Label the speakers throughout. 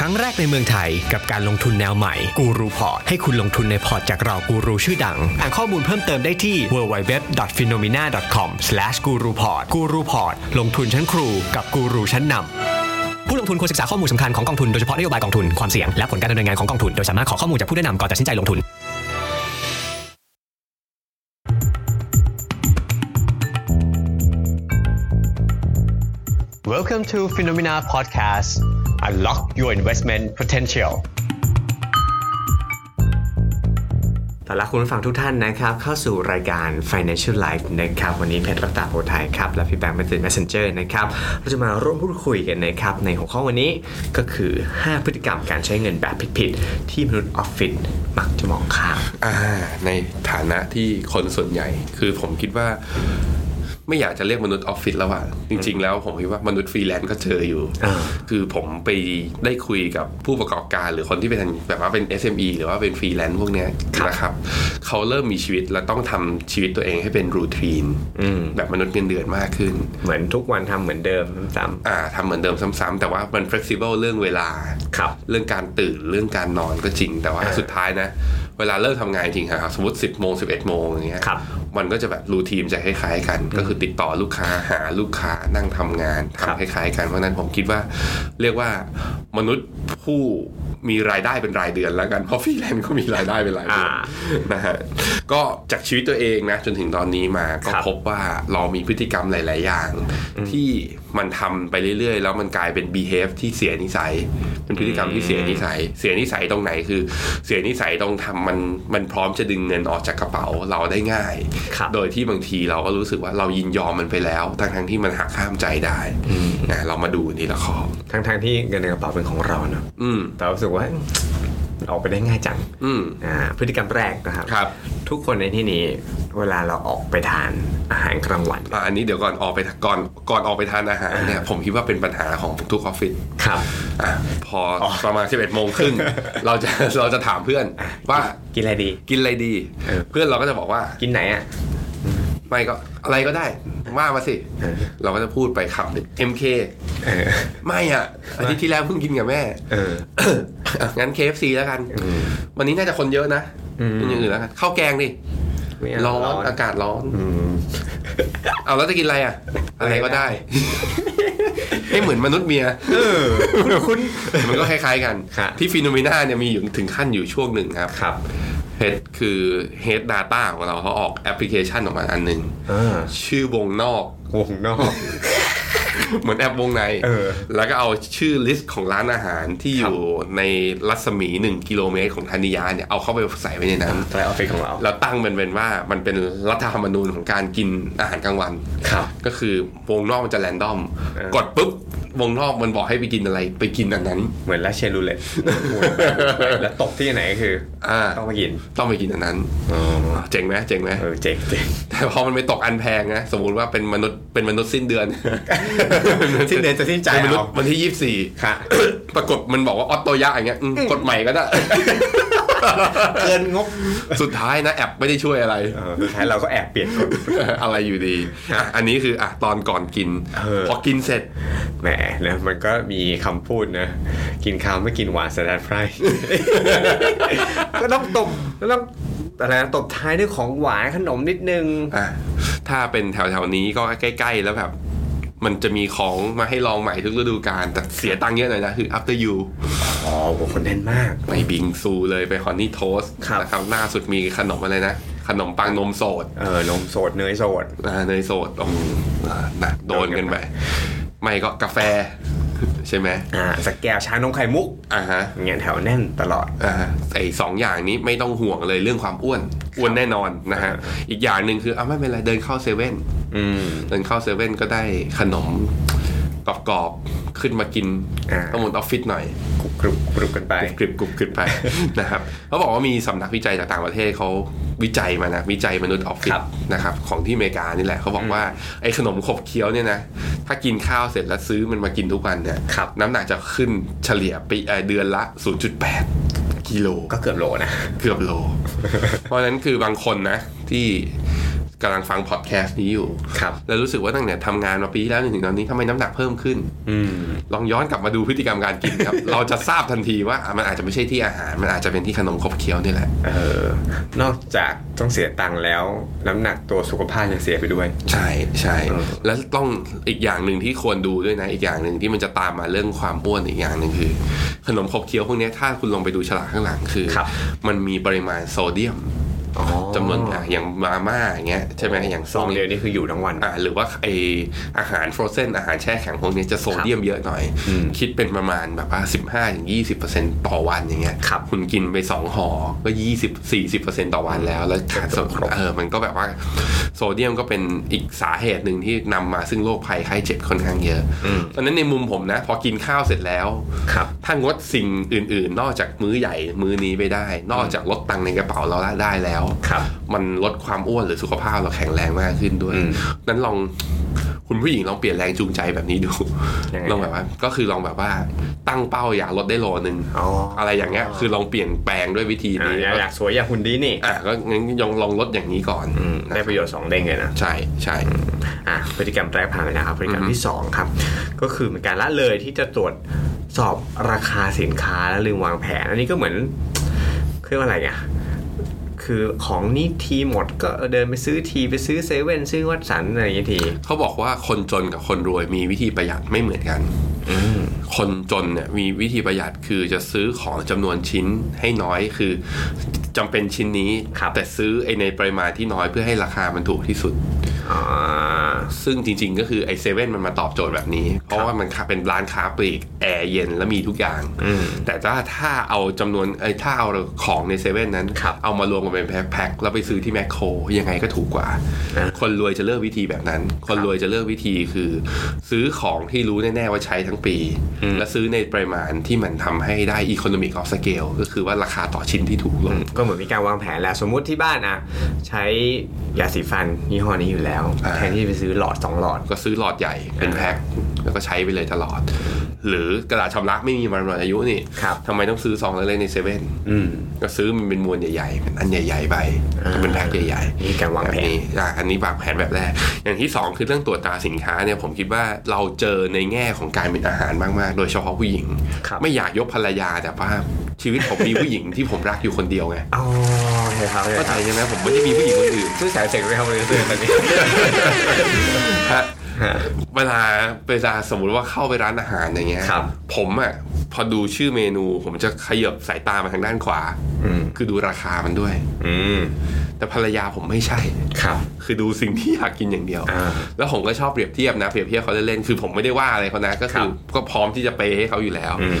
Speaker 1: รั้งแรกในเมืองไทยกับการลงทุนแนวใหม่กูรูพอร์ตให้คุณลงทุนในพอร์ตจากเรากูรูชื่อดัง อ่านข้อมูลเพิ่มเติมได้ที่ www.phenomena.com/guruport กูรูพอร์ตลงทุนชั้นครูกับกูรูชั้นนำผู้ลงทุนควรศึกษาข้อมูลสำคัญของกองทุนโดยเฉพาะนโยบายกองทุนความเสี่ยงและผลการดำเนินงานของกองทุนโดยสามารถขอข้อมูลจากผู้แนะนำก่อนตัดสินใจลงทุน Welcome to Phenomena Podcast Unlock your investment potential
Speaker 2: ต้อนรับคุณผู้ฟังทุกท่านนะครับ เข้าสู่รายการ Financial Life นะครับ วันนี้เพชรรัตาโพธิ์ไทยครับ และพี่แบงค์เป็นตื่น Messenger นะครับ เราจะมาร่วมพูดคุยกันนะครับ ในหัวข้อวันนี้ก็คือ 5 พฤติกรรมการใช้เงินแบบผิดๆ ที่มนุษย์ออฟฟิศมักจะมองข้าม
Speaker 3: อ่าในฐานะที่คนส่วนใหญ่ คือผมคิดว่า ไม่อยากจะเรียกมนุษย์ออฟฟิศแล้วอะจริง ๆ แล้วผมคิดว่ามนุษย์ฟรีแลนซ์ก็เจออยู่
Speaker 2: อ่า
Speaker 3: คือผมไปได้คุยกับผู้ประกอบการหรือคนที่เป็นแบบว่าเป็น SME หรือว่าเป็นฟรีแลนซ์พวกเนี้ยนะครับเขาเริ่มมีชีวิตและต้องทำชีวิตตัวเองให้เป็นรูทีนแบบมนุษย์เงินเดือนมากขึ้น
Speaker 2: เหมือนทุกวันทำเหมือนเดิมซ้ำ
Speaker 3: อ่าทำเหมือนเดิมซ้ำๆแต่ว่ามัน flexible เรื่องเวลา
Speaker 2: ๆครับ
Speaker 3: เรื่องการตื่นเรื่องการนอนก็จริงแต่ว่าสุดท้ายนะ เวลาเลิกทำงานจริงครับสมมติ 10บโมงสิบเอ็ดโมงอย่างเงี้ย
Speaker 2: ครับ
Speaker 3: มันก็จะแบบรูทีมจะคล้ายๆกัน ก็คือติดต่อลูกค้าหาลูกค้านั่งทำงาน
Speaker 2: ครับ
Speaker 3: ทำคล้ายๆกันเพราะฉะนั้นผมคิดว่า เรียกว่ามนุษย์ผู้มีรายได้เป็นรายเดือนแล้วกันเพราะฟรี แลนซ์ก็มีรายได้เป็นรายเดือน
Speaker 2: อ่า
Speaker 3: นะฮะก็จากชีวิตตัวเองนะจนถึงตอนนี้มาก็
Speaker 2: ครับ
Speaker 3: พบว่าเรามีพฤติกรรมหลาย ๆ อย่าง ที่มันทำไปเรื่อย ๆ แล้วมันกลายเป็น behave ที่เสียนิสัย เป็นพฤติกรรมที่เสียนิสัย เสียนิสัยตรงไหนคือ เสียนิสัยตรงทำมันมันพร้อมจะดึงเงินออกจากกระเป๋าเราได้ง่าย
Speaker 2: ครับ
Speaker 3: โดยที่บางทีเราก็รู้สึกว่าเรายินยอมมันไปแล้วทั้งทั้งๆที่มันหักข้ามใจได้นะเรามาดูทีละข้อ
Speaker 2: ทั้งๆที่เงินในกระเป๋าเป็นของเราเนอะ
Speaker 3: อืม
Speaker 2: แต่รู้สึกว่าออกไปได้ง่ายจัง
Speaker 3: อืม
Speaker 2: อ่าพฤติกรรมแรกนะครับ
Speaker 3: ครับ
Speaker 2: ทุกคนในที่นี้เวลาเราออกไปทานอาหารกลางวัน
Speaker 3: อ่ะอันนี้เดี๋ยวก่อนออกไปทก่อนก่อนออกไปทานอาหารเนี่ยผมคิดว่าเป็นปัญหาของทุกออฟฟิศ
Speaker 2: ครับ
Speaker 3: อ่ะพออประมาณ 11โมง ครึ่ง เราจะเราจะถามเพื่อนว่า
Speaker 2: กินอะไรดี
Speaker 3: กินอะไรดี
Speaker 2: เออ
Speaker 3: เพื่อนเราก็จะบอกว่า
Speaker 2: กินไหนอ่ะ
Speaker 3: ไม่ก็อะไรก็ได้ว่ามาสิ
Speaker 2: เออ
Speaker 3: เราก็จะพูดไปคำหนึ่ง MK
Speaker 2: เออ
Speaker 3: ไม่อ่ะอาทิตย์ที่แล้วเพิ่งกินกับแม่
Speaker 2: เออ
Speaker 3: อ่ะงั้น KFC แล้วกัน วันนี้น่าจะคนเยอะนะเป็นอย่างอื่นแล้วกันข้าวแกงดิ
Speaker 2: ไม่เอา
Speaker 3: ร้อ
Speaker 2: ร้อน น
Speaker 3: อากาศร้ อนเอาแล้วจะกินอะไรอ่ะ อะไรก็ได้ ให้เหมือนมนุษย์เมีย
Speaker 2: คุณ
Speaker 3: มันก็คล้ายๆกัน
Speaker 2: ครับ
Speaker 3: ที่ฟีโนเมนาเนี่ยมีอยู่ถึงขั้นอยู่ช่วงหนึ่งครับ
Speaker 2: ครับ
Speaker 3: เฮดคือ Head Data ของเราเขาออกแอปพลิเคชันออกมาอันหนึ่ง
Speaker 2: เออ
Speaker 3: ชื่อวงนอก
Speaker 2: วงนอก
Speaker 3: เหมือนแอปวงใน
Speaker 2: เออ
Speaker 3: แล้วก็เอาชื่อลิสต์ของร้านอาหารที่อยู่ในรัศมี 1 กิโลเมตรของธนิยาเนี่ย เอาเข้าไปใส่ไว้ในนั้น
Speaker 2: ไปออฟฟิศของเรา
Speaker 3: แล้วตั้งเป็นเป็นว่ามันเป็นรัฐธรรมนูญของการกินอาหารกลางวัน
Speaker 2: ครับ
Speaker 3: ก็คือวงนอกมันจะแรนดอม
Speaker 2: เออ
Speaker 3: กดปุ๊บ วงนอกมันบอกให้ไปกินอะไร ไปกินอันนั้น
Speaker 2: เหมือนลาเชนรูเล็ตแล้วตกที่ไหนก็คือ
Speaker 3: อ่า
Speaker 2: ต้องไปกิน
Speaker 3: ต้องไปกินอันนั้นเจ๋งไหมเจ๋งไหม
Speaker 2: เออเจ๋งเจ๋ง
Speaker 3: แต่พอมันไปตกอันแพงนะ สมมุติว่าเป็นมนุษย์เป็นมนุษย์สิ้นเดือน
Speaker 2: สิ้นเดือนจะสิ้นใจ
Speaker 3: เป็นมนุษ
Speaker 2: เอา
Speaker 3: ย์วันที่ยี่สี่
Speaker 2: ค่ะ
Speaker 3: ปรากฏมันบอกว่าออตโตยะอย่างเงี้ยอืมกดใหม่ ก็ได้
Speaker 2: เกินงบ
Speaker 3: สุดท้ายนะแอปไม่ได้ช่วยอะไร
Speaker 2: เออสุดท้ายเราก็แอบเปลี่ยนกฎ
Speaker 3: อะไรอยู่ดีอ่ะอันนี้คืออ่ะตอนก่อนกิน
Speaker 2: เออ
Speaker 3: พอกินเสร็จ
Speaker 2: แหมนะมันก็มีคำพูดนะ กินข้าวไม่กินหวานสแตนไพร ก็ต้องตบก็ต้องอะไรนะตบท้ายด้วยของหวานขนมนิดนึง
Speaker 3: อ่ะถ้าเป็นแถวๆนี้ก็ใกล้ ๆ แล้วแบบ มันจะมีของมาให้ลองใหม่ทุกฤดูกาลแต่เสียตังค์เยอะหน่อยนะ คือ after you
Speaker 2: อ๋อโหคนแน่นมาก
Speaker 3: ไปบิงซูเลยไปฮอนนี่โทส
Speaker 2: ครับ
Speaker 3: นะครับล่าสุดมีขนมอะไรนะ ขนมปังนมสด
Speaker 2: เออนมสดเนยสด
Speaker 3: อ่าเนยโสดโอ้โหอ่าหนักโดนกันไป ไม่ก็กาแฟ ใช่ไหม
Speaker 2: อ่าสแกวชานมไข่มุก
Speaker 3: อ่าฮะ
Speaker 2: เงี้ยแถวแน่นตลอด
Speaker 3: อ่าไอสองอย่างนี้ไม่ต้องห่วงเลยเรื่องความอ้วน อ้วนแน่นอนนะฮะ อีกอย่างหนึ่งคืออ่ะไม่เป็นไร เดินเข้าเซเว่น
Speaker 2: อืม
Speaker 3: เดินเข้าเซเว่นก็ได้ขนมกรอบๆ ขึ้นมากิน
Speaker 2: อ่า
Speaker 3: ข้อมูลออฟฟิศหน่อย
Speaker 2: กรุบกรุบกรุบกันไป
Speaker 3: กริบกรุบกริบไป นะครับเขาบอกว่ามีสำนักวิจัยจากต่างประเทศเขาวิจัยมานะวิจัยมนุษย์ออฟฟิศ
Speaker 2: ครับ
Speaker 3: นะครับของที่อเมริกานี่แหละเขาบอกว่าไอ้ขนมขบเคี้ยวเนี่ยนะถ้ากินข้าวเสร็จแล้วซื้อมันมากินทุกวันเนี่ย
Speaker 2: ครับ
Speaker 3: น้ำหนักจะขึ้นเฉลี่ยไปเอ่อเดือนละ 0.8 กิโล
Speaker 2: ก็เกือบโลนะ
Speaker 3: เกือบโล เพราะฉะนั้นคือบางคนนะที่ก ำลังฟังพอดแคสต์นี้อยู่
Speaker 2: ครับ
Speaker 3: แล้วรู้สึกว่าตั้งแต่ทำงานมาปีที่แล้วจนถึงตอนนี้ทำไมน้ำหนักเพิ่มขึ้น
Speaker 2: อืม
Speaker 3: ลองย้อนกลับมาดูพฤติกรรมการกินครับ เราจะทราบทันทีว่ามันอาจจะไม่ใช่ที่อาหาร มันอาจจะเป็นที่ขนมขบเคี้ยวนี่แหละ
Speaker 2: เออนอกจากต้องเสียตังค์แล้ว น้ำหนักตัวสุขภาพยังเสียไปด้วย
Speaker 3: ใช่ใช่
Speaker 2: เออ
Speaker 3: แล้วต้องอีกอย่างหนึ่งที่ควรดูด้วยนะ อีกอย่างหนึ่งที่มันจะตามมาเรื่องความอ้วนอีกอย่างหนึ่งคือ ขนมขบเคี้ยวพวกเนี้ยถ้าคุณลงไปดูฉลากข้างหลังคือ
Speaker 2: ครับ
Speaker 3: มันมีปริมาณโซเดียมจำนวนอ่ะอย่างมาม่าอย่างเงี้ยใช่ไหมอย่าง
Speaker 2: ซองเดียวนี่คืออยู่ทั้งวัน
Speaker 3: อ่ะหรือว่าไออาหารฟรอเซนอาหารแช่แข็งพวกเนี้ยจะโซเดียมเยอะหน่อย
Speaker 2: อืม
Speaker 3: คิดเป็นประมาณแบบว่า15ถึง20%ต่อวันอย่างเงี้ย
Speaker 2: ครับ
Speaker 3: คุณกินไปสองห่อก็20 40%ต่อวันแล้วแล้วขาดโซ
Speaker 2: ครบ
Speaker 3: เออมันก็แบบว่าโซเดียมก็เป็นอีกสาเหตุหนึ่งที่นำมาซึ่งโรคภัยไข้เจ็บค่อนข้างเยอะเพราะฉะนั้นในมุมผมนะ พอกินข้าวเสร็จแล้ว
Speaker 2: ครับ
Speaker 3: ถ้างดสิ่งอื่น ๆ นอกจากมื้อใหญ่มื้อนี้ไปได้ นอกจากลดตังค์ในกระเป๋าเราละได้แล้ว
Speaker 2: ครับ
Speaker 3: มันลดความอ้วนหรือสุขภาพเราแข็งแรงมากขึ้นด้วย
Speaker 2: อืม
Speaker 3: นั้นลองคุณผู้หญิงลองเปลี่ยนแรงจูงใจแบบนี้ดู
Speaker 2: ยังไง
Speaker 3: ลองแบบว่า ก็คือลองแบบว่าตั้งเป้าอยากลดได้โลนึง
Speaker 2: อ๋อ
Speaker 3: อะไรอย่างเงี้ย คือลองเปลี่ยนแปลงด้วยวิธี
Speaker 2: อ่ะ
Speaker 3: นี้
Speaker 2: อยากสวยอยากหุ่นดีนี่
Speaker 3: อ่ะก็งั้นยองลองลดอย่างนี้ก่อน
Speaker 2: อืมได้ประโยชน์สองเด้งเลยนะ
Speaker 3: ใช่ใช่
Speaker 2: อ่ะพฤติกรรมแรกผ่านไปแล้วครับพฤติกรรมที่สองครับ ก็คือเป็นการละเลยที่จะตรวจสอบราคาสินค้าและลืมวางแผน อันนี้ก็เหมือนเรียกว่าอะไรอ่ะคือของนี่ทีหมดก็เดินไปซื้อทีไปซื้อเซเว่นซื้อวัดสันอะไรอย่างนี้ที
Speaker 3: เขาบอกว่าคนจนกับคนรวยมีวิธีประหยัดไม่เหมือนกัน คนจนเนี่ยมีวิธีประหยัดคือจะซื้อของจำนวนชิ้นให้น้อยคือจำเป็นชิ้นนี้
Speaker 2: ครับ
Speaker 3: แต่ซื้อไอ้ในปริมาณที่น้อยเพื่อให้ราคามันถูกที่สุด
Speaker 2: อ่า
Speaker 3: ซึ่งจริงๆก็คือไอเซเว่นมันมาตอบโจทย์แบบนี้ เพราะว่ามันค่ะเป็นร้านค้าปลีกแอร์เย็นและมีทุกอย่าง
Speaker 2: อืม
Speaker 3: แต่ถ้าถ้าเอาจำนวนไอยถ้าเอาของในเซเว่นนั้น
Speaker 2: ครับ
Speaker 3: เอามารวมกันเป็นแพ็คๆแล้วไปซื้อที่แมคโครยังไงก็ถูกกว่า
Speaker 2: อ่า
Speaker 3: คนรวยจะเลือกวิธีแบบนั้น คนรวยจะเลือกวิธีคือ ซื้อของที่รู้แน่ ๆ ว่าใช้ทั้งปี และซื้อในปริมาณที่มันทำให้ได้ economic of scale ก็คือว่าราคาต่อชิ้นที่ถูกลง
Speaker 2: ก็เหมือนมีการวางแผนแหละสมมุติที่บ้านอ่ะ ใช้ยาสีฟันยี่ห้อนี้อยู่แล้ว
Speaker 3: อ่า
Speaker 2: แทนที่จะไปซื้อหลอดสองหลอด
Speaker 3: ก็ซื้อหลอดใหญ่เป็นแพ็คแล้วก็ใช้ไปเลยตลอด หรือกระดาษชำระไม่มีมันหมดอายุนี่
Speaker 2: ครับ
Speaker 3: ทำไมต้องซื้อซองเล็กๆในเซเว่น
Speaker 2: อืม
Speaker 3: ก็ซื้อมันเป็นมวลใหญ่ๆเป็นอันใหญ่ๆไป
Speaker 2: อ่า
Speaker 3: เป็นแพ็คใหญ่ๆ
Speaker 2: นี่การวาง
Speaker 3: แบบ
Speaker 2: แผน
Speaker 3: นี้อ่ะอันนี้วางแผนแบบแรก อย่างที่สองคือเรื่องตรวจตราสินค้าเนี่ยผมคิดว่าเราเจอในแง่ของการเป็นอาหารมากๆ โดยเฉพาะผู้หญิง
Speaker 2: ครับ
Speaker 3: ไม่อยากยกภรรยาแต่ว่าชีวิตผมมีผู้หญิงที่ผมรักอยู่คนเดียวไง
Speaker 2: อ๋อใช่ครับ
Speaker 3: เข้าใจใช่ไหมผมไม่ได้มีผู้หญิงคนอื่น
Speaker 2: ซื้อสายเสกไปครับเลยซื้อแบบนี้
Speaker 3: ฮะ
Speaker 2: ฮะ
Speaker 3: เวลาเวลาสมมุติว่าเข้าไปร้านอาหารอย่างเงี้ย
Speaker 2: ครับ
Speaker 3: ผมอ่ะพอดูชื่อเมนู ผมจะขยับสายตามาทางด้านขวา
Speaker 2: อืม
Speaker 3: คือดูราคามันด้วย
Speaker 2: อืม
Speaker 3: แต่ภรรยาผมไม่ใช่
Speaker 2: ครับ
Speaker 3: คือดูสิ่งที่อยากกินอย่างเดียว
Speaker 2: อ่า
Speaker 3: แล้วผมก็ชอบเปรียบเทียบนะเปรียบเทียบเขาเล่นๆคือผมไม่ได้ว่าอะไรเขานะก็คื
Speaker 2: ครั
Speaker 3: อ
Speaker 2: บ
Speaker 3: ก็พร้อมที่จะเปย์ให้เขาอยู่แล้ว
Speaker 2: อืม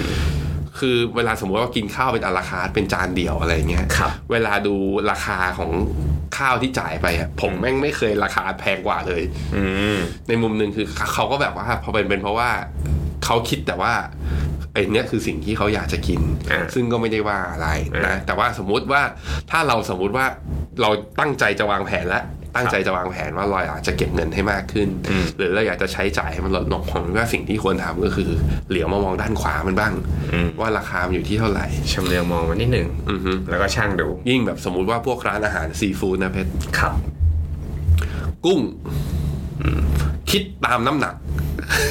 Speaker 3: คือเวลาสมมติว่ากินข้าวเป็นอาราคาร์ทเป็นจานเดียวอะไรเงี้ย
Speaker 2: ครับ
Speaker 3: เวลาดูราคาของข้าวที่จ่ายไปอะผมแม่งไม่เคยราคาแพงกว่าเลย
Speaker 2: อืม
Speaker 3: ในมุมหนึ่งคือเขาก็แบบว่าพอเป็นเป็นเพราะว่าเขาคิดแต่ว่าไอ้เนี้ยคือสิ่งที่เขาอยากจะกิน
Speaker 2: อ่า
Speaker 3: ซึ่งก็ไม่ได้ว่าอะไร
Speaker 2: อ่า
Speaker 3: นะแต่ว่าสมมุติว่าถ้าเราสมมุติว่าเราตั้งใจจะวางแผนแล้วตั้งใจจะวางแผนว่าเราอยากจะเก็บเงินให้มากขึ้น
Speaker 2: อืม
Speaker 3: หรือเราอยากจะใช้จ่ายให้มันลดลงผมว่าสิ่งที่ควรทำก็คือ เหลียวมามองด้านขวามันบ้าง ว่าราคามันอยู่ที่เท่าไหร่
Speaker 2: ชำเลืองมองมันนิดหนึ่ง
Speaker 3: อือฮึ
Speaker 2: แล้วก็ช่างดู
Speaker 3: ยิ่งแบบสมมุติว่าพวกร้านอาหารซีฟู้ดนะเพชร
Speaker 2: ครับ
Speaker 3: กุ้งคิดตามน้ำหนัก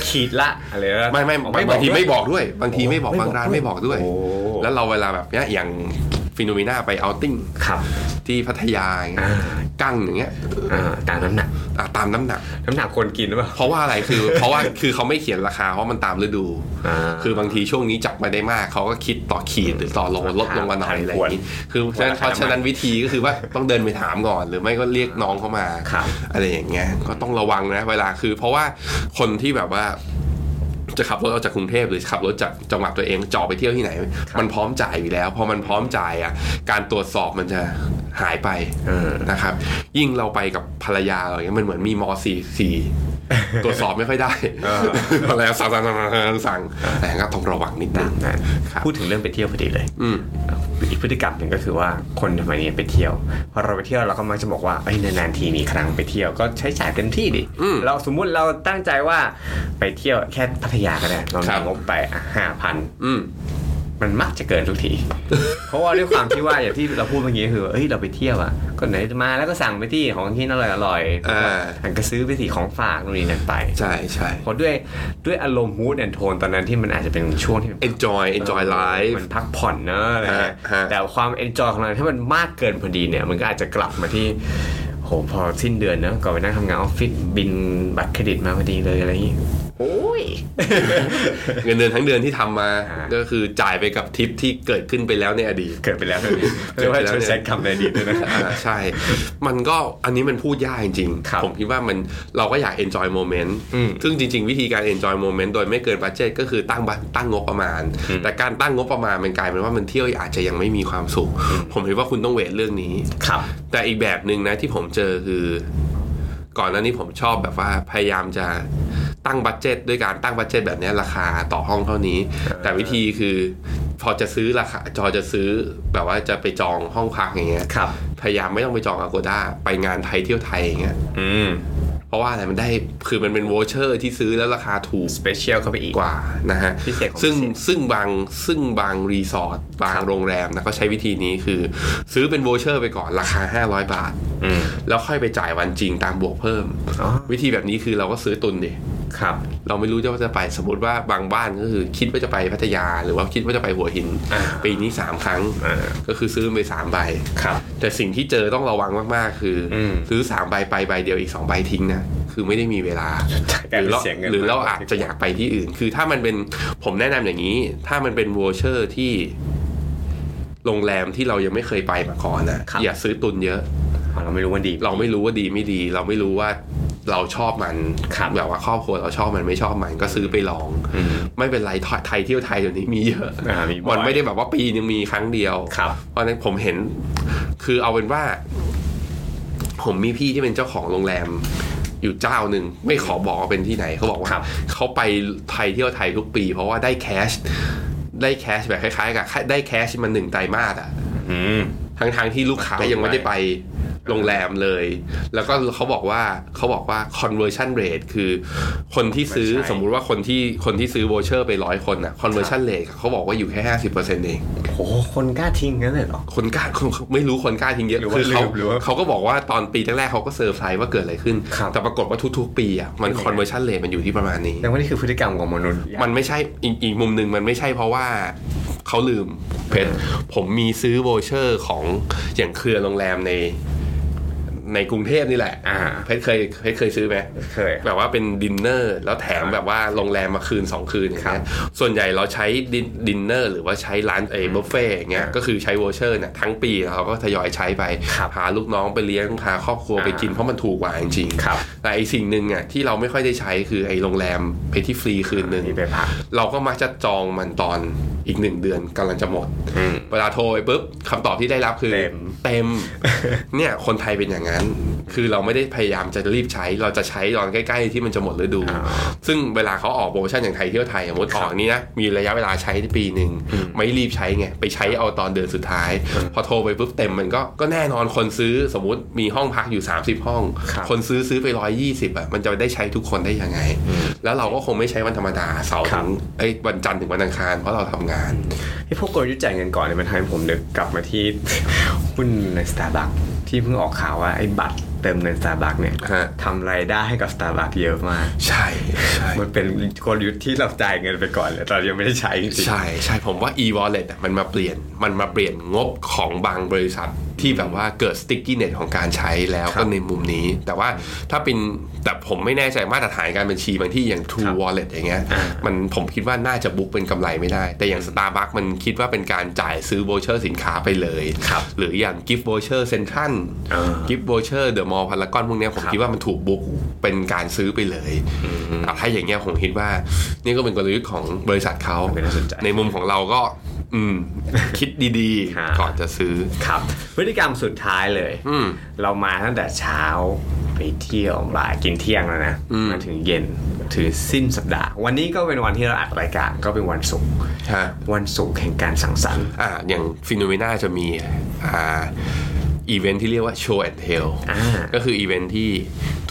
Speaker 2: ขีดละอะไรนะ
Speaker 3: ไม่ไม่ไม่บางทีไม่บอกด้วย บางทีไม่บอก
Speaker 2: โอ้
Speaker 3: บางร้านไม่บอกด้วย
Speaker 2: โอ้
Speaker 3: แล้วเราเวลาแบบเนี้ยอย่างฟิโนเมนาไปเอาติ้ง
Speaker 2: ครับ
Speaker 3: ที่พัทยาอย่างเงี้ย
Speaker 2: อ่า
Speaker 3: กั้งอย่างเงี้ย
Speaker 2: อ่าตามน้ำหนัก
Speaker 3: อ่ะตามน้ำหนัก
Speaker 2: น้ำหนักคนกินหรือเปล่า
Speaker 3: เพราะว่าอะไรคือ เพราะว่าคือเขาไม่เขียนราคาเพราะมันตามฤดู
Speaker 2: อ่า
Speaker 3: คือบางทีช่วงนี้จับมาได้มาก เขาก็คิดต่อขีดหรือต่อโลลดลงมาหน่อยอะไรอย่างนี้คือเพราะฉะนั้นเพราะฉะนั้นวิธีก็คือว่าต้องเดินไปถามก่อน หรือไม่ก็เรียกน้องเข้ามา
Speaker 2: ครับ
Speaker 3: อะไรอย่างเงี้ยก็ต้องระวังนะเวลาคือ เพราะว่าคนที่แบบว่า จะขับรถออกจากกรุงเทพหรือขับรถจากจังหวัดตัวเองจ่อไปเที่ยวที่ไหน มันพร้อมจ่ายอยู่แล้วพอมันพร้อมจ่ายอ่ะการตรวจสอบมันจะหายไป
Speaker 2: เออ
Speaker 3: นะครับ ยิ่งเราไปกับภรรยาอะไรเงี้ยมันเหมือนมีมสี่ สี่ตรวจสอบไม่ค่อยได้
Speaker 2: เออ
Speaker 3: ภรรยาสั่งสั่งสั่งสั่งสั่งแต่ก็ต้องระวังนิดนึง ครับ
Speaker 2: พูดถึงเรื่องไปเที่ยวพอดีเลย
Speaker 3: อืม
Speaker 2: อีกพฤติกรรมหนึ่งก็คือว่าคนทำไมเนี่ยไปเที่ยวพอเราไปเที่ยวเราก็มักจะบอกว่าเอ้ยนานๆทีมีครั้งไปเที่ยวก็ใช้จ่ายเต็มที่ดิ
Speaker 3: อืม
Speaker 2: เราสมมุติเราตั้งใจว่าไปเที่ยวแค่พัทยาก็ได้เรา
Speaker 3: ครับ
Speaker 2: มีงบไปห้าพัน
Speaker 3: อืม
Speaker 2: มัน มันมักจะเกิดทุกที เพราะว่าด้วยความที่ว่าอย่างที่เราพูดเมื่อกี้คือเอ้ยเราไปเที่ยวอ่ะก็ไหนจะมาแล้วก็สั่งไปที่ของที่อร่อยอร่อยๆ
Speaker 3: อ่า
Speaker 2: หันก็ซื้อไปสิของฝากนู่นนี่นั่นไป
Speaker 3: ใช่ใช่
Speaker 2: เพราะด้วยด้วยอารมณ์ mood and tone ตอนนั้นที่มันอาจจะเป็นช่วงที่แบบ
Speaker 3: enjoy enjoy
Speaker 2: เออ
Speaker 3: life
Speaker 2: มันพักผ่อนเนอะอะไรเงี้ย
Speaker 3: ฮะฮะ
Speaker 2: แต่ความ enjoy ของเราถ้ามันมากเกินพอดีเนี่ย มันก็อาจจะกลับมาที่โหพอสิ้นเดือนเนอะก่อนไปนั่งทำงานออฟฟิศบินบัตรเครดิตมาพอดีเลยอะไรอย่างงี้
Speaker 3: โอ้ย เงินเดือนทั้งเดือนที่ทำมา
Speaker 2: อ่า
Speaker 3: ก็คือจ่ายไปกับทริปที่เกิดขึ้นไปแล้วในอดีต
Speaker 2: เกิดไปแล้วตอนนี้
Speaker 3: เกิ
Speaker 2: เรียก
Speaker 3: ดไป
Speaker 2: ว่า
Speaker 3: แล้ว
Speaker 2: ชด
Speaker 3: เนี่ย
Speaker 2: ใช้กรรมในอดีตด้วยนะ
Speaker 3: อ่าใช่ มันก็อันนี้มันพูดยากจริง
Speaker 2: ครับ
Speaker 3: ๆ ผมคิดว่ามันเราก็อยาก enjoy moment
Speaker 2: อืม
Speaker 3: ซึ่งจริง ๆ วิธีการ enjoy moment โดยไม่เกินบัตเจ t ก็คือตั้งบัตตั้งงบประมาณ
Speaker 2: อืม
Speaker 3: แต่การตั้งงบประมาณมันกลายเป็นว่ามันเที่ยวอาจจะยังไม่มีความสุข ผมคิดว่าคุณต้องเวทเรื่องนี้
Speaker 2: ครับ
Speaker 3: แต่อีกแบบหนึ่งนะที่ผมเจอคือ ก่อนหน้านี้ผมชอบแบบว่าพยายามจะตั้งบัตเจตด้วยการตั้งบัตเจตแบบเนี้ยราคาต่อห้องเท่านี้ แต่วิธีคือพอจะซื้อราคาจอจะซื้อแบบว่าจะไปจองห้องพักอย่างเงี้ย
Speaker 2: ครับ
Speaker 3: พยายามไม่ต้องไปจองอาโกด้าไปงานไทยเที่ยวไทยอย่างเงี้ย
Speaker 2: อืม
Speaker 3: เพราะว่าอะไรมันได้คือมันเป็นโวเชอร์ที่ซื้อแล้วราคาถูก
Speaker 2: สเปเชียลเข้าไปอีก
Speaker 3: กว่านะฮะ
Speaker 2: พิเศษของ
Speaker 3: ซึ่ง
Speaker 2: พิเศษ
Speaker 3: ซึ่งบางซึ่งบางรีสอร์ทบาง
Speaker 2: ครับ
Speaker 3: โรงแรมนะก็ใช้วิธีนี้คือ ซื้อเป็นโวเชอร์ไปก่อนราคา 500 บาท
Speaker 2: อืม
Speaker 3: แล้วค่อยไปจ่ายวันจริงตามบวกเพิ่ม
Speaker 2: อ๋อ
Speaker 3: วิธีแบบนี้คือเราก็ซื้อตุนดิ
Speaker 2: ครับ
Speaker 3: เราไม่รู้จะว่าจะไปสมมติว่าบางบ้านก็คือคิดว่าจะไปพัทยา หรือว่าคิดว่าจะไปหัวหิน
Speaker 2: อ่า
Speaker 3: ปีนี้ 3 ครั้ง
Speaker 2: อ่า
Speaker 3: ก็คือซื้อไป3ใบ
Speaker 2: ครับ
Speaker 3: แต่สิ่งที่เจอต้องระวังมากๆ คืออ
Speaker 2: ม
Speaker 3: ซื้อ3ใบไปใบเดียวอีก2ใบทิ้งนะคือไม่ได้มีเวลา
Speaker 2: กลาย
Speaker 3: ห
Speaker 2: เป็
Speaker 3: รือนเรา
Speaker 2: เสียเงิน
Speaker 3: หรือเรา
Speaker 2: มกกว่
Speaker 3: อาจจะอยากไปที่อื่น คือถ้ามันเป็นผมแนะนำอย่างนี้ ถ้ามันเป็นวอเชอร์ที่โรงแรมที่เรายังไม่เคยไปมาก่อนนะอย่าซื้อตุนเยอะ
Speaker 2: อ๋อเราไม่รู้ว่าดี
Speaker 3: เราไม่รู้ว่าดีไม่ดี เราไม่รู้ว่าเราชอบมัน
Speaker 2: ครับ
Speaker 3: แบบว่าครอบครัวเราชอบมันไม่ชอบมันก็ซื้อไปลอง
Speaker 2: อืม
Speaker 3: ไม่เป็นไรไทยไทยเที่ยวไทยเดี๋ยวนี้มีเยอะ
Speaker 2: อ่ามีบ่อย
Speaker 3: มันไม่ได้แบบว่าปีนึงมีครั้งเดียว
Speaker 2: ครับ
Speaker 3: เพราะฉะนั้นผมเห็นคือเอาเป็นว่า ผมมีพี่ที่เป็นเจ้าของโรงแรม อยู่เจ้าหนึ่งไม่ขอบอกว่าเป็นที่ไหนเขาบอกว่า
Speaker 2: ครับ
Speaker 3: เขาไปไทยเที่ยวไทยทุกปี เพราะว่าได้แคช ได้แคชแบบคล้ายๆกับได้แคชมันหนึ่งไตรมาสอะ
Speaker 2: อืม
Speaker 3: ทั้งๆที่ลูกค้ายังไม่ได้ไปโรงแรมเลย แล้วก็เขาบอกว่าเขาบอกว่า conversion rate คือคนที่ซื้อ
Speaker 2: ไม่ใช่
Speaker 3: สมมุติว่าคนที่คนที่ซื้อโวเชอร์ไปร้อยคนอะ conversion rate เขาบอกว่าอยู่แค่ห้าสิบเปอร์เซ็นต์เอง
Speaker 2: โหคนกล้าทิ้งงั้นเลยเหรอ
Speaker 3: คนกล้า คนไม่รู้คนกล้าทิ้งเยอะ
Speaker 2: หรือว่า
Speaker 3: เขา
Speaker 2: ลืมหรือว่า
Speaker 3: เขาก็บอกว่าตอนปีแรกๆเขาก็เซอร์ไพรส์ว่าเกิดอะไรขึ้น
Speaker 2: ครับ
Speaker 3: แต่ปรากฏว่าทุกๆ ปีอ่ะมัน
Speaker 2: เป็นไง
Speaker 3: คอนเวอร์ชันเลทมันอยู่ที่ประมาณนี้
Speaker 2: แต่ว่านี่คือพฤติกรรมของมนุษย์
Speaker 3: มันไม่ใช่อีกอีกมุมหนึ่งมันไม่ใช่เพราะว่าเขาลืมเพชรผมมีซื้อโวเชอร์ของอย่างเครือโรงแรมในในกรุงเทพนี่แหละ
Speaker 2: อ่า
Speaker 3: เพชรเคยเพชรเคยซื้อไหม
Speaker 2: เคย
Speaker 3: แบบว่าเป็นดินเนอร์แล้วแถมแบบว่าโรงแรมมาคืน 2 คืนอย่าง
Speaker 2: ครั
Speaker 3: เงี้
Speaker 2: บ
Speaker 3: ยส่วนใหญ่เราใช้ดินดินเนอร์หรือว่าใช้ร้านเอบุฟเฟ่อย่างเงี้ย
Speaker 2: อ่า
Speaker 3: ก็คือใช้วอเชอร์เนี่ยทั้งปีเราก็ทยอยใช้ไป
Speaker 2: ครับ
Speaker 3: หาลูกน้องไปเลี้ยงพาครอบครัวไปกิน
Speaker 2: อ่า
Speaker 3: เพราะมันถูกกว่าจริงๆ
Speaker 2: ครับ
Speaker 3: แต่ไอสิ่งหนึ่งอ่ะที่เราไม่ค่อยได้ใช้คือไอโรงแรมไปที่ฟรีคืนหนึ่ง
Speaker 2: นี่ไปพัก
Speaker 3: เราก็มักจะจองมันตอนอีกหนึ่งเดือนกำลังจะหมด เวลาโทรไปปุ๊บคำตอบที่ได้รับคือ
Speaker 2: เต็ม
Speaker 3: เต็ม เนี่ยคนไทยเป็นอย่างนั้น คือเราไม่ได้พยายามจะรีบใช้เราจะใช้ตอนใกล้ ๆ ที่มันจะหมดฤดู ซึ่งเวลาเขาออกโปรโมชั่นอย่างไทยเที่ยวไทยสมมติออกนี้นะมีระยะเวลาใช้ปีหนึ่งไม่รีบใช้ไงไปใช้เอาตอนเดือนสุดท้าย พอโทรไปปุ๊บเต็มมันก็ก็แน่นอนคนซื้อสมมติมีห้องพักอยู่ 30 ห้อง
Speaker 2: ครับ
Speaker 3: คนซื้อซื้อไป 120อ่ะมันจะได้ใช้ทุกคนได้ยังไง แล้วเราก็คงไม่ใช้วันธรรมดาเสาร์
Speaker 2: ครั
Speaker 3: ถึ
Speaker 2: บ
Speaker 3: งเอ้ยวันจันทร์ถึงวันอังคารเพราะเราทำงาน
Speaker 2: ไอ้พวกกลยุทธ์จ่ายเงินก่อนเนี่ยมันทำให้ผมนึกกลับมาที่ หุ้นในสตาร์บัคที่เพิ่งออกข่าวว่าไอ้บัตรเติมเงินสตาร์บัคเนี่ย
Speaker 3: ฮะ
Speaker 2: ทำรายได้ให้กับสตาร์บัคเยอะมาก
Speaker 3: ใช่ใช่
Speaker 2: มันเป็นกลยุทธ์ที่เราจ่ายเงินไปก่อนเลยเรายังไม่ได้ใช้จริง
Speaker 3: ใช่ใช่ผมว่า e-wallet อะมันมาเปลี่ยนมันมาเปลี่ยนงบของบางบริษัทที่แบบว่าเกิด stickiness ของการใช้แล้ว
Speaker 2: ครับ
Speaker 3: ก็ในมุมนี้ แต่ว่าถ้าเป็นแต่ผมไม่แน่ใจมาตรฐานการบัญชีบางที่อย่าง
Speaker 2: ครั
Speaker 3: True
Speaker 2: บ
Speaker 3: Wallet อย่างเงี้ยมันผมคิดว่าน่าจะบุ๊กเป็นกำไรไม่ได้ แต่อย่าง Starbucks มันคิดว่าเป็นการจ่ายซื้อโวเชอร์สินค้าไปเลย
Speaker 2: ครับ
Speaker 3: หรืออย่าง gift voucher Central
Speaker 2: อ่า
Speaker 3: กิฟต์โบเชอร์เดอะมอลล์พารากอนพวกเนี้ยผม
Speaker 2: ครับ
Speaker 3: คิดว่ามันถูกบุกเป็นการซื้อไปเลยแต่ถ้าอย่างเงี้ยผมคิดว่า นี่ก็เป็นกลยุทธ์ของบริษัทเขา
Speaker 2: เป็นน่าสนใจ
Speaker 3: มุมของเราก็ อืม คิดดี
Speaker 2: ครับ
Speaker 3: ๆ ก่อนจะซื้อ
Speaker 2: ครับ พฤติกรรมสุดท้ายเลย
Speaker 3: อืม
Speaker 2: เรามาตั้งแต่เช้าไปเที่ยวบ่ายกินเที่ยงแล้วนะ
Speaker 3: อืม
Speaker 2: มาถึงเย็นถือสิ้นสัปดาห์ วันนี้ก็เป็นวันที่เราอัดรายการก็เป็นวันศุกร์
Speaker 3: ฮะ
Speaker 2: วันศุกร์แห่งการสังสรรค์
Speaker 3: อ่า อย่างฟิโนเมนาจะมีอ่าอีเวนท์ที่เรียกว่า Show and Tell
Speaker 2: อ่า
Speaker 3: ก็คืออีเวนท์ที่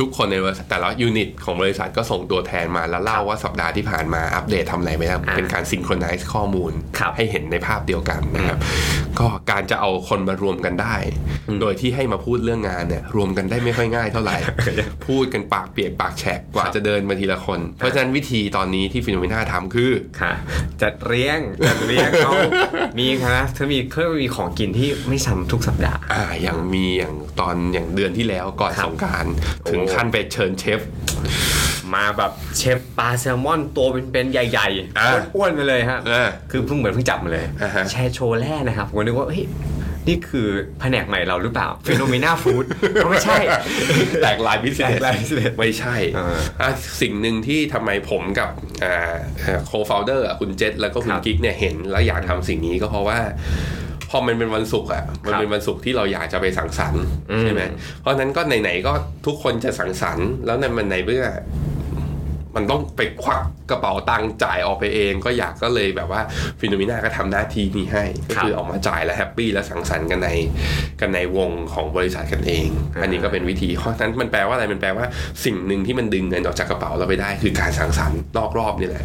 Speaker 3: ทุกคนในบริษัทแต่ละยูนิตของบริษัทก็ส่งตัวแทนมาแล้วเล่าว่าสัปดาห์ที่ผ่านมาอัปเดตทำอะไรไปบ้าง
Speaker 2: อ่า
Speaker 3: เป็นการซิงโครไนซ์ข้อมูล
Speaker 2: ครับ
Speaker 3: ให้เห็นในภาพเดียวกันนะครับ ก็การจะเอาคนมารวมกันได้ โดยที่ให้มาพูดเรื่องงานเนี่ยรวมกันได้ไม่ค่อยง่ายเท่าไหร่ พูดกันปากเปียกปากแฉกกว่า
Speaker 2: ครับ
Speaker 3: จะเดินมาทีละคน เพราะฉะนั้นวิธีตอนนี้ที่ฟิโนเมนาทำคือ
Speaker 2: ค่ะจัดเรียงจัดเรี ยงเอามีครับถ้ามีเพื่อมีของกินที่ไม่ซ้ำทุกสัปดาห์
Speaker 3: อ่าอย่างมีอย่างตอนอย่างเดือนที่แล้วก่อน
Speaker 2: ครับ
Speaker 3: สงกราร
Speaker 2: โอ้
Speaker 3: ถึงขั้นไปเชิญเชฟ
Speaker 2: มาแบบเชฟปลาแซลมอนตัวเป็นๆใหญ่
Speaker 3: อ่ะ
Speaker 2: ๆอ้วนๆมาเลยฮะ
Speaker 3: อ่า
Speaker 2: คือเพิ่งเหมือนเพิ่งจับมาเลย
Speaker 3: อ่าฮะ
Speaker 2: แชร์โชว์แรกนะครับผมนึกว่าเฮ้ยนี่คือแผนกใหม่เราหรือเปล่าฟีโนเมนาฟู้ดไม่ใช่
Speaker 3: แตกลายพิเศษ
Speaker 2: แตกลายพิเศษ
Speaker 3: ไม่ใช่
Speaker 2: เออ
Speaker 3: อ่ะสิ่งหนึ่งที่ทำไมผมกับโคฟาวเดอร์คุณเจษแล้วก็คุ
Speaker 2: ค
Speaker 3: ณ
Speaker 2: รับ
Speaker 3: กิ๊กเนี่ยเห็นแล้วอยากทำสิ่งนี้ก็เพราะว่า พอมันเป็นวันศุกร์อ่ะมัน
Speaker 2: ครับ
Speaker 3: เป็นวันศุกร์ที่เราอยากจะไปสังสรรค์
Speaker 2: อืม
Speaker 3: ใช่ไหมเพราะฉะนั้นก็ไหนๆก็ทุกคนจะสังสรรค์แล้วนั่นมันในเมื่อ มันต้องไปควักกระเป๋าตังค์จ่ายออกไปเอง ก็อยากก็เลยแบบว่าฟิโนมิน่าก็ทำหน้าที่นี้ให้ ก็
Speaker 2: ครับ
Speaker 3: คือออกมาจ่ายแล้วแฮปปี้แล้วสังสรรค์กันในกันในวงของบริษัทกันเอง
Speaker 2: อ่า
Speaker 3: อันนี้ก็เป็นวิธีเพราะฉะนั้นมันแปลว่าอะไรมันแปลว่าสิ่งหนึ่งที่มันดึงเงินออกจากกระเป๋าเราไปได้ คือการสังสรรค์นอกรอบนี่แหละ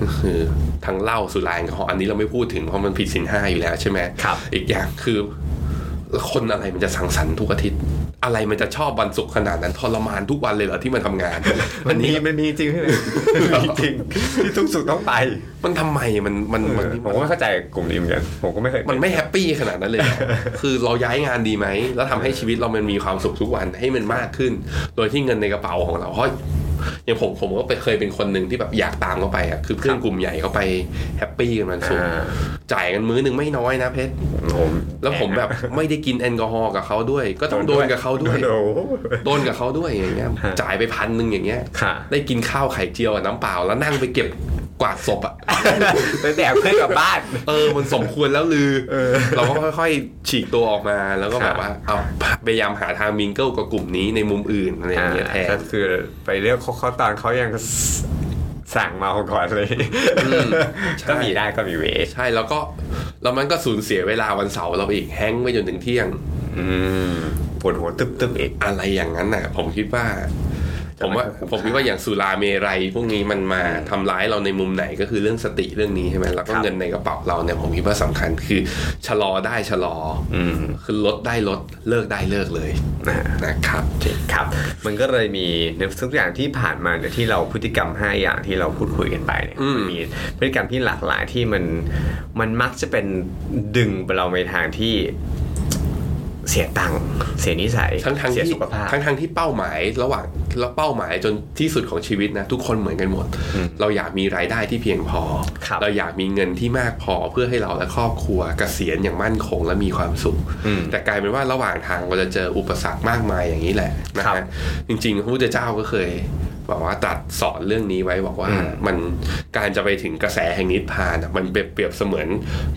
Speaker 3: ก็คือทั้งเหล้าสุราแอลกอฮอล์อันนี้เราไม่พูดถึงเพราะมันผิดศีลห้าอยู่แล้วใช่ไหม
Speaker 2: ครับ
Speaker 3: อีกอย่างคือ คนอะไรมันจะสังสรรค์ทุกอาทิตย์ อะไรมันจะชอบวันศุกร์ขนาดนั้นทรมานทุกวันเลยเหรอที่มันทำงาน
Speaker 2: มันมีมันมีจริงใช่ไหม มีจริงที่ทุกสุขต้องไป
Speaker 3: มันทำไมมันมันมัน
Speaker 2: ผมก็ไม่เข้าใจกลุ่มนี้เหมือนกันผมก็ไม่เคย
Speaker 3: มันไม่แฮปปี้ขนาดนั้นเลยเหรอ คือเราย้ายงานดีไหม แล้วทำให้ชีวิตเรามันมีความสุขทุกวันให้มันมากขึ้น โดยที่เงินในกระเป๋าของเราเฮ้ยอย่างผมผมก็ไปเคยเป็นคนหนึ่งที่แบบอยากตามเขาไปอ่ะคือเพื่อนกลุ่มใหญ่เขาไปแฮปปี้กันมันสุกร์
Speaker 2: อ่า
Speaker 3: จ่ายกันมื้อหนึ่งไม่น้อยนะเพชร
Speaker 2: ผม
Speaker 3: แล้วผมแบบไม่ได้กินแอลกอฮอล์กับเขาด้วย ก็ต้องโดนกับเขาด้วย โดนกับเขาด้วยอย่างเงี้ย
Speaker 2: ฮะ
Speaker 3: จ่ายไปพันหนึ่งอย่างเงี้ย
Speaker 2: ค่ะ
Speaker 3: ได้กินข้าวไข่เจียวกับน้ำเปล่าแล้วนั่งไปเก็บกวาดศพอ่ะ
Speaker 2: ไปแดกเพื่อนกลับบ้าน
Speaker 3: เออ มันสมควรแล้วลือ เราก็ค่อยๆ ฉีกตัวออกมา แล้วก็แบบว่า เอาพยายามหาทางมิงเกิลกับกลุ่มนี้ในมุมอื่นอะไรอย่างเงี้ยแทน
Speaker 2: ก็คือไปเรียกเขาเขาตอนเขายังสั่งเมาก่อนเลยก็มีได้ก็มีเวช
Speaker 3: ใช่ แล้วก็ แล้วมันก็สูญเสียเวลาวันเสาร์เราไปอีกแฮงก์ไปจนถึงเที่ยง
Speaker 2: ปวดหัวตึ๊บตึ๊บๆอีก
Speaker 3: อะไรอย่างนั้นน่ะ ผมคิดว่า
Speaker 2: จะ
Speaker 3: ผมว่า
Speaker 2: ไม่ค่อยคุ้ม
Speaker 3: ผมคิดว่าอย่างสุราเมรัยพวกนี้มันมาทำร้ายเราในมุมไหนก็คือเรื่องสติเรื่องนี้ใช่ไหมแล้วก็
Speaker 2: ครับ
Speaker 3: เงินในกระเป๋าเราเนี่ยผมคิดว่าสำคัญคือชะลอได้ชะลออ
Speaker 2: ม
Speaker 3: คือลดได้ลดเลิกได้เลิกเลย
Speaker 2: นะฮะ
Speaker 3: นะครับ
Speaker 2: ครับ มันก็เลยมีในทุกอย่างที่ผ่านมาเนี่ยที่เราพฤติกรรม 5 อย่างที่เราพูดคุยกันไปเนี่ย
Speaker 3: อืม
Speaker 2: มันมีพฤติกรรมที่หลากหลายที่มันมันมักจะเป็นดึงเราไปทางที่เสียตังค์เสียนิสัย
Speaker 3: ทั้งทาง
Speaker 2: เสีย
Speaker 3: ที่
Speaker 2: สุขภาพ
Speaker 3: ทั้งทางที่เป้าหมายระหว่างแล้วเป้าหมายจนที่สุดของชีวิตนะทุกคนเหมือนกันหมด เราอยากมีรายได้ที่เพียงพอ
Speaker 2: ครับ
Speaker 3: เราอยากมีเงินที่มากพอเพื่อให้เราและครอบครัวเกษียณอย่างมั่นคงและมีความสุข
Speaker 2: อืม
Speaker 3: แต่กลายเป็นว่าระหว่างทางเราจะเจออุปสรรคมากมายอย่างนี้แหละนะ
Speaker 2: ครั
Speaker 3: ฮะ
Speaker 2: บ
Speaker 3: จริงๆพระพุทธเจ้าก็เคยบอกว่าตรัดสอนเรื่องนี้ไว้บอกว่า
Speaker 2: อืม
Speaker 3: มันการจะไปถึงกระแสแห่งนิพพานอะมันเปรียบเปรียบเสมือน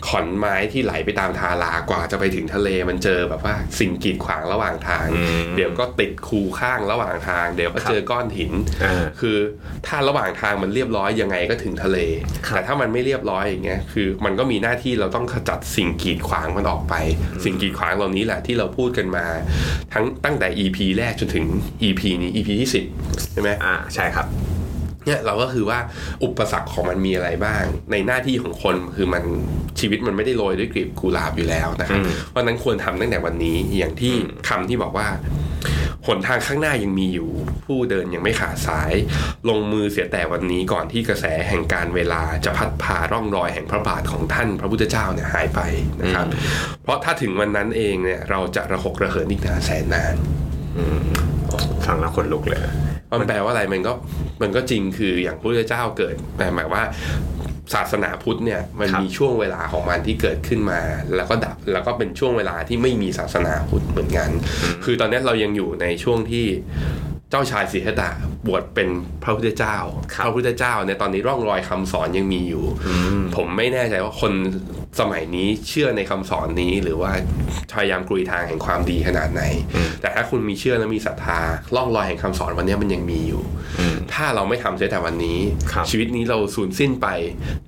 Speaker 3: ขอนไม้ที่ไหลไปตามทารากว่าจะไปถึงทะเลมันเจอแบบว่าสิ่งกีดขวางระหว่างทาง
Speaker 2: อืม
Speaker 3: เดี๋ยวก็ติดคูข้างระหว่างทาง เดี๋ยวก็เจอก้อนหิน
Speaker 2: อ่า
Speaker 3: คือถ้าระหว่างทางมันเรียบร้อยยังไงก็ถึงทะเล
Speaker 2: ครับ
Speaker 3: แต่ถ้ามันไม่เรียบร้อยอย่างเงี้ยคือ มันก็มีหน้าที่เราต้องขจัดสิ่งกีดขวางมันออกไป สิ่งกีดขวางเหล่านี้แหละที่เราพูดกันมา ทั้งตั้งแต่ EP แรกจนถึง EP นี้ EP ที่10ใช่ไหม
Speaker 2: อ่าใช่ครับ
Speaker 3: เนี่ยเราก็คือว่าอุปสรรคของมันมีอะไรบ้าง ในหน้าที่ของคนคือมันชีวิตมันไม่ได้โรยด้วยกลีบกุหลาบอยู่แล้วนะครับ
Speaker 2: อืม
Speaker 3: เพราะฉะนั้นควรทำตั้งแต่วันนี้อย่างที่คำที่บอกว่าหนทางข้างหน้ายังมีอยู่ ผู้เดินยังไม่ขาดสาย ลงมือเสียแต่วันนี้ก่อนที่กระแสแห่งการเวลาจะพัดพาร่องรอยแห่งพระบาทของท่านพระพุทธเจ้าเนี่ยหายไปนะครับ
Speaker 2: อืม
Speaker 3: เพราะถ้าถึงวันนั้นเองเนี่ยเราจะระหกระเหินอีกนานแสนนาน
Speaker 2: ฟังแล้วขนลุกเลย
Speaker 3: มันแปลว่าอะไรมันก็มันก็จริงคืออย่างพระพุทธเจ้าเกิดแต่หมายว่า ศาสนาพุทธเนี่ยมัน
Speaker 2: ครับ
Speaker 3: มีช่วงเวลาของมันที่เกิดขึ้นมา แล้วก็ดับแล้วก็เป็นช่วงเวลาที่ไม่มีศาสนาพุทธเหมือนกัน คือตอนนี้เรายังอยู่ในช่วงที่เจ้าชายสิทธัตถะบวชเป็นพระพุทธเจ้า
Speaker 2: ครับ
Speaker 3: พระพุทธเจ้าเนี่ยตอนนี้ร่องรอยคำสอนยังมีอยู่ ผมไม่แน่ใจว่าคนสมัยนี้เชื่อในคำสอนนี้ หรือว่าพยายามกลุยทางแห่งความดีขนาดไหน แต่ถ้าคุณมีเชื่อและมีศรัทธาร่องรอยแห่งคำสอนวันนี้มันยังมีอยู่ ถ้าเราไม่ทำเสียแต่วันนี้
Speaker 2: ครับ
Speaker 3: ชีวิตนี้เราสูญสิ้นไป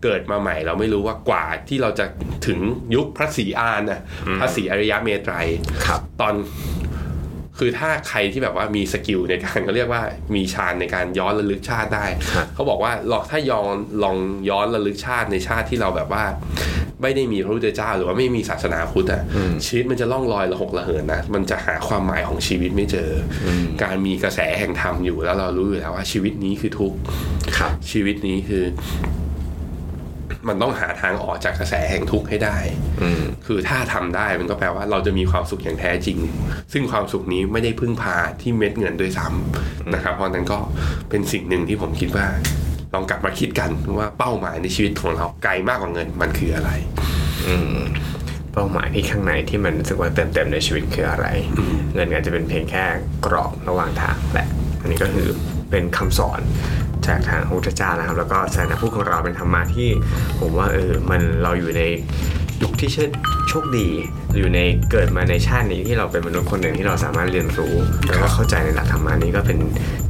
Speaker 3: เกิดมาใหม่ เราไม่รู้ว่ากว่าที่เราจะถึงยุคพระศรีอานน่ะพระศรีอริยะเมตไตร
Speaker 2: ครับ
Speaker 3: ตอน คือถ้าใครที่แบบว่ามีสกิลในการ เขาเรียกว่ามีชาญในการย้อนระลึกชาติได้
Speaker 2: ครับ
Speaker 3: เขาบอกว่าลองถ้าย้อนลองย้อนระลึกชาติในชาติที่เราแบบว่า ไม่ได้มีพระพุทธเจ้าหรือว่าไม่มีศาสนาพุทธอ่ะชีวิตมันจะล่องลอยระหกระเหินนะมันจะหาความหมายของชีวิตไม่เจออการมีกระแสแห่งธรรมอยู่แล้วเรารู้อยู่แล้วว่าชีวิตนี้คือทุกข์
Speaker 2: ครับ
Speaker 3: ชีวิตนี้คือ มันต้องหาทางออกจากกระแสแห่งทุกข์ให้ได้
Speaker 2: อืม
Speaker 3: คือถ้าทำได้มันก็แปลว่าเราจะมีความสุขอย่างแท้จริง ซึ่งความสุขนี้ไม่ได้พึ่งพาที่เม็ดเงินด้วยซ้ำนะครับ เพราะฉะนั้นก็เป็นสิ่งหนึ่งที่ผมคิดว่า ลองกลับมาคิดกันว่าเป้าหมายในชีวิตของเราไกลมากกว่าเงินมันคืออะไร
Speaker 2: เป้าหมายที่ข้างในที่มันรู้สึกว่าเติมเต็มในชีวิตคืออะไร เงินอาจจะเป็นเพียงแค่กรอบระหว่างทางแหละอันนี้ก็คือเป็นคำสอนจากทางพระพุทธเจ้านะครับ แล้วก็ศาสนาพุทธของเราเป็นธรรมะที่ ผมว่าเออมันเราอยู่ในยุคที่เชิดโชคดี อยู่ในเกิดมาในชาตินี้ที่เราเป็นมนุษย์คนหนึ่งที่เราสามารถเรียนรู้แล้วก็เข้าใจในหลักธรรมะนี้ก็เป็น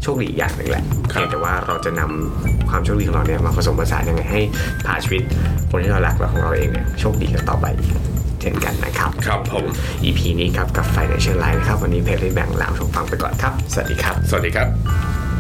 Speaker 2: โชคดีอย่างหนึ่งแหละ
Speaker 3: ครับ
Speaker 2: เพียงแต่ว่าเราจะนำความโชคดีของเราเนี่ยมาผสมผสานยังไงให้พาชีวิตคนที่เรารักและของเราเองเนี่ยโชคดีกันต่อไปอีก เช่นกันนะครับ
Speaker 3: ครับผม
Speaker 2: EP นี้ครับกับ Financial Line นะครับ วันนี้เพจรีแบ่งลาทุกฟังไปก่อนครับ สวัสดีครับ
Speaker 3: สวัสดีครับ